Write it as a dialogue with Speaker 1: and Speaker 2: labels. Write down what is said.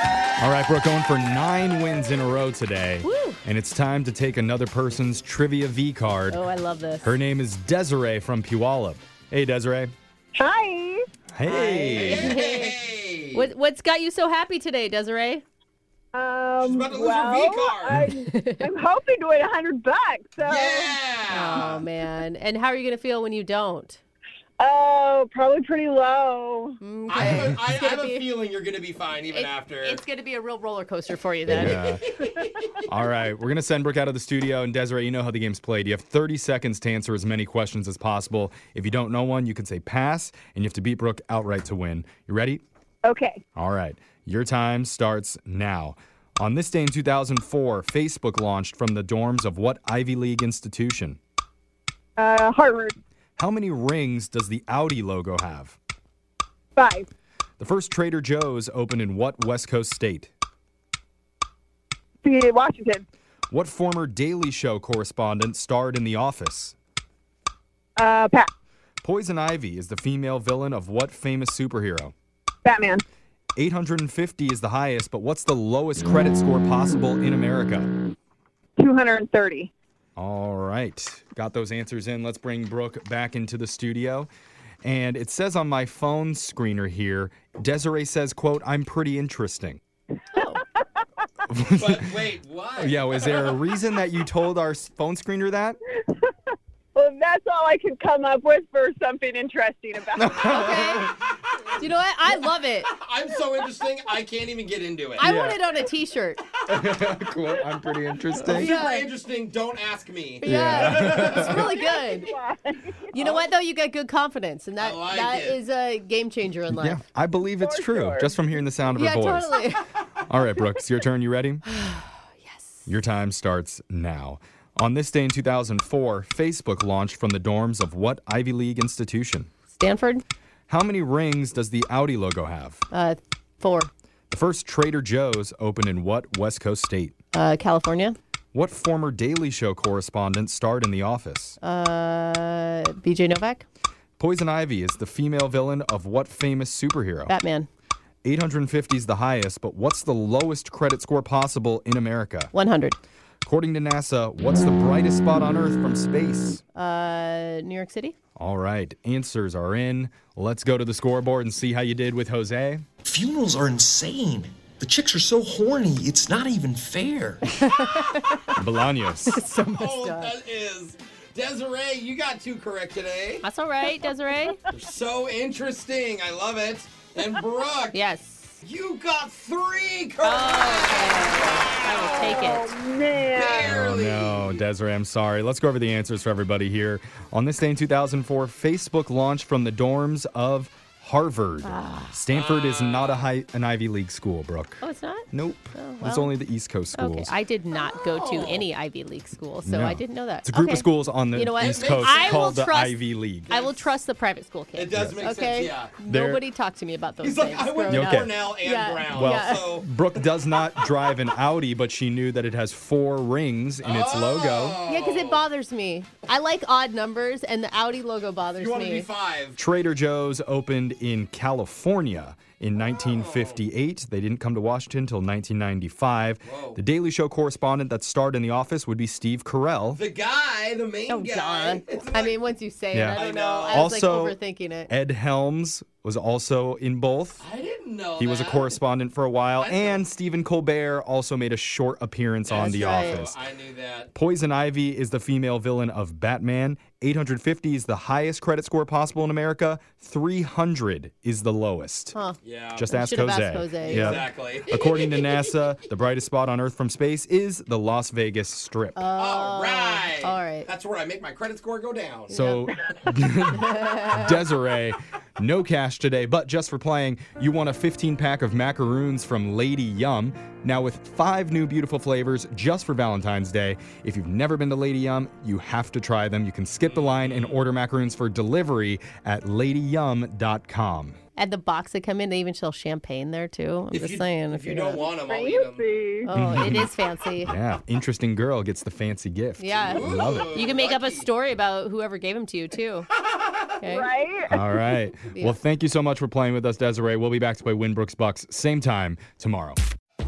Speaker 1: right, Brooke, going for nine wins in a row today.
Speaker 2: Woo.
Speaker 1: And it's time to take another person's trivia V card.
Speaker 2: Oh, I love this.
Speaker 1: Her name is Desiree from Puyallup. Hey, Desiree.
Speaker 3: Hi.
Speaker 1: Hey.
Speaker 4: Hey!
Speaker 2: What, what's got you so happy today, Desiree?
Speaker 3: Um,
Speaker 4: about to lose her
Speaker 3: well,
Speaker 4: V-card.
Speaker 3: I'm, I'm hoping to win a hundred bucks. So,
Speaker 2: Oh,
Speaker 4: yeah!
Speaker 2: man. And how are you going to feel when you don't?
Speaker 3: oh, probably pretty low.
Speaker 2: Mm,
Speaker 4: I have a, I,
Speaker 2: It's
Speaker 4: I
Speaker 2: gonna
Speaker 4: have a
Speaker 2: be-
Speaker 4: feeling you're going to be fine even
Speaker 2: it-
Speaker 4: after.
Speaker 2: It's going to be a real roller coaster for you then.
Speaker 1: Yeah. All right, we're going to send Brooke out of the studio. And Desiree, you know how the game's played. You have 30 seconds to answer as many questions as possible. If you don't know one, you can say pass, and you have to beat Brooke outright to win. You ready?
Speaker 3: Okay.
Speaker 1: All right, your time starts now. On this day in 2004, Facebook launched from the dorms of what Ivy League institution?
Speaker 3: Uh, Harvard
Speaker 1: How many rings does the Audi logo have?
Speaker 3: five.
Speaker 1: The first Trader Joe's opened in what West Coast state?
Speaker 3: See, Washington.
Speaker 1: What former Daily Show correspondent starred in The Office?
Speaker 3: Uh, Pat.
Speaker 1: Poison Ivy is the female villain of what famous superhero?
Speaker 3: Batman.
Speaker 1: 850 is the highest, but what's the lowest credit score possible in America?
Speaker 3: Two hundred and thirty.
Speaker 1: All right, got those answers in. Let's bring Brooke back into the studio. And it says on my phone screener here, Desiree says, quote, I'm pretty interesting.
Speaker 2: Oh,
Speaker 4: but wait, what?
Speaker 1: Yeah, was there a reason that you told our s- phone screener that?
Speaker 3: Well, that's all I could come up with for something interesting about. it.
Speaker 2: okay. you know what? I love it.
Speaker 4: I'm so interesting, I can't even get into it.
Speaker 2: I
Speaker 1: Yeah.
Speaker 2: want it on a t shirt.
Speaker 1: Quote, I'm pretty interesting.
Speaker 4: Super interesting, don't ask me.
Speaker 2: Yeah. it's really good. You know what, though? You got good confidence, and that,
Speaker 4: I like
Speaker 2: that
Speaker 4: it.
Speaker 2: is a game changer in
Speaker 1: Yeah,
Speaker 2: life.
Speaker 1: I believe it's
Speaker 3: For
Speaker 1: true
Speaker 3: sure.
Speaker 1: just from hearing the sound of her
Speaker 2: Yeah,
Speaker 1: voice.
Speaker 2: totally.
Speaker 1: All right, Brooks, your turn. You ready? yes. Your time starts now. On this day in 2004, Facebook launched from the dorms of what Ivy League institution?
Speaker 2: Stanford,
Speaker 1: How many rings does the Audi logo have?
Speaker 2: uh, four.
Speaker 1: The first Trader Joe's opened in what West Coast state?
Speaker 2: Uh, California,
Speaker 1: What former Daily Show correspondent starred in The Office?
Speaker 2: uh, BJ Novak,
Speaker 1: Poison Ivy is the female villain of what famous superhero?
Speaker 2: Batman,
Speaker 1: 850 is the highest, but what's the lowest credit score possible in America?
Speaker 2: 100.
Speaker 1: According to NASA, what's the brightest spot on Earth from space?
Speaker 2: Uh, New York City.
Speaker 1: All right, answers are in. Let's go to the scoreboard and see how you did with Jose.
Speaker 5: Funerals are insane. The chicks are so horny, it's not even fair.
Speaker 1: Bolaños.
Speaker 4: Oh, that is. Desiree, you got two correct today.
Speaker 2: That's all right, Desiree.
Speaker 4: So interesting. I love it. And Brooke,
Speaker 2: yes.
Speaker 4: you got three correct.
Speaker 2: Oh, I will take it.
Speaker 3: Man.
Speaker 1: oh
Speaker 4: Barely.
Speaker 1: no, Desiree, I'm sorry. Let's go over the answers for everybody here. On this day in 2004, Facebook launched from the dorms of Harvard. Stanford is not a high, an Ivy League school, Brooke.
Speaker 2: Ah. Oh, it's not?
Speaker 1: Nope. It's
Speaker 2: well.
Speaker 1: only the East Coast schools.
Speaker 2: Okay. I did not go to any Ivy League school, so
Speaker 1: No.
Speaker 2: I didn't know that.
Speaker 1: it's a group
Speaker 2: Okay.
Speaker 1: of schools on the
Speaker 2: You know what?
Speaker 1: East
Speaker 4: It makes
Speaker 1: Coast
Speaker 2: I will
Speaker 1: called the
Speaker 2: trust-
Speaker 1: Ivy League.
Speaker 2: I will trust the private school kids.
Speaker 4: It does make sense,
Speaker 2: Okay.
Speaker 4: yeah.
Speaker 1: They're-
Speaker 2: Nobody talked to me about those
Speaker 4: He's like,
Speaker 2: things.
Speaker 4: I went
Speaker 2: growing
Speaker 4: to
Speaker 1: up.
Speaker 4: Cornell and
Speaker 2: Yeah.
Speaker 4: Brown.
Speaker 1: Well,
Speaker 4: So,
Speaker 1: Brooke does not drive an Audi, but she knew that it has four rings in its logo.
Speaker 4: Oh.
Speaker 2: Yeah, because it bothers me. I like odd numbers, and the Audi logo bothers
Speaker 4: You want to be
Speaker 2: me.
Speaker 4: five.
Speaker 1: Trader Joe's opened in California in 1958. They didn't come to Washington until 1995.
Speaker 4: Whoa.
Speaker 1: The Daily Show correspondent that starred in The Office would be Steve Carell.
Speaker 4: The guy, the main
Speaker 2: Oh,
Speaker 4: guy.
Speaker 2: God. I mean, once you say
Speaker 1: Yeah.
Speaker 2: it, I
Speaker 4: I
Speaker 2: don't
Speaker 4: know.
Speaker 2: know. I was
Speaker 1: Also-
Speaker 2: like overthinking it.
Speaker 1: Ed Helms was also in both.
Speaker 4: I didn't know.
Speaker 1: He was a
Speaker 4: that.
Speaker 1: correspondent for a while,
Speaker 4: I know.
Speaker 1: and Stephen Colbert also made a short appearance on
Speaker 2: That's
Speaker 1: The
Speaker 2: right.
Speaker 1: Office.
Speaker 4: Oh, I knew that.
Speaker 1: Poison Ivy is the female villain of Batman. 850 is the highest credit score possible in America. 300 is the lowest.
Speaker 4: Yeah.
Speaker 1: Just ask
Speaker 2: should've
Speaker 1: Jose.
Speaker 2: asked Jose.
Speaker 1: Yeah.
Speaker 4: Exactly.
Speaker 1: According to NASA, the brightest spot on Earth from space is the Las Vegas Strip.
Speaker 2: Oh,
Speaker 4: all right.
Speaker 2: all right.
Speaker 4: That's where I make my credit score go down.
Speaker 1: so, Desiree, no cash today, but just for playing, you won a 15 pack of macaroons from Lady Yum. Now, with five new beautiful flavors just for Valentine's Day, if you've never been to Lady Yum, you have to try them. You can skip the line and order macaroons for delivery at ladyyum.com.
Speaker 2: At the box that come in, they even sell champagne there too. I'm
Speaker 4: if
Speaker 2: just
Speaker 4: you,
Speaker 2: saying.
Speaker 4: if you
Speaker 2: you're
Speaker 4: don't
Speaker 2: not-
Speaker 4: want them, I'll eat them.
Speaker 3: Crazy.
Speaker 2: Oh, it is fancy.
Speaker 1: Yeah, interesting girl gets the fancy gift.
Speaker 2: Yeah.
Speaker 1: Love it.
Speaker 2: You can make up a story about whoever gave them to you too. Okay.
Speaker 3: Right.
Speaker 1: All right. Well, thank you so much for playing with us, Desiree. We'll be back to play Winbrooks Bucks same time tomorrow.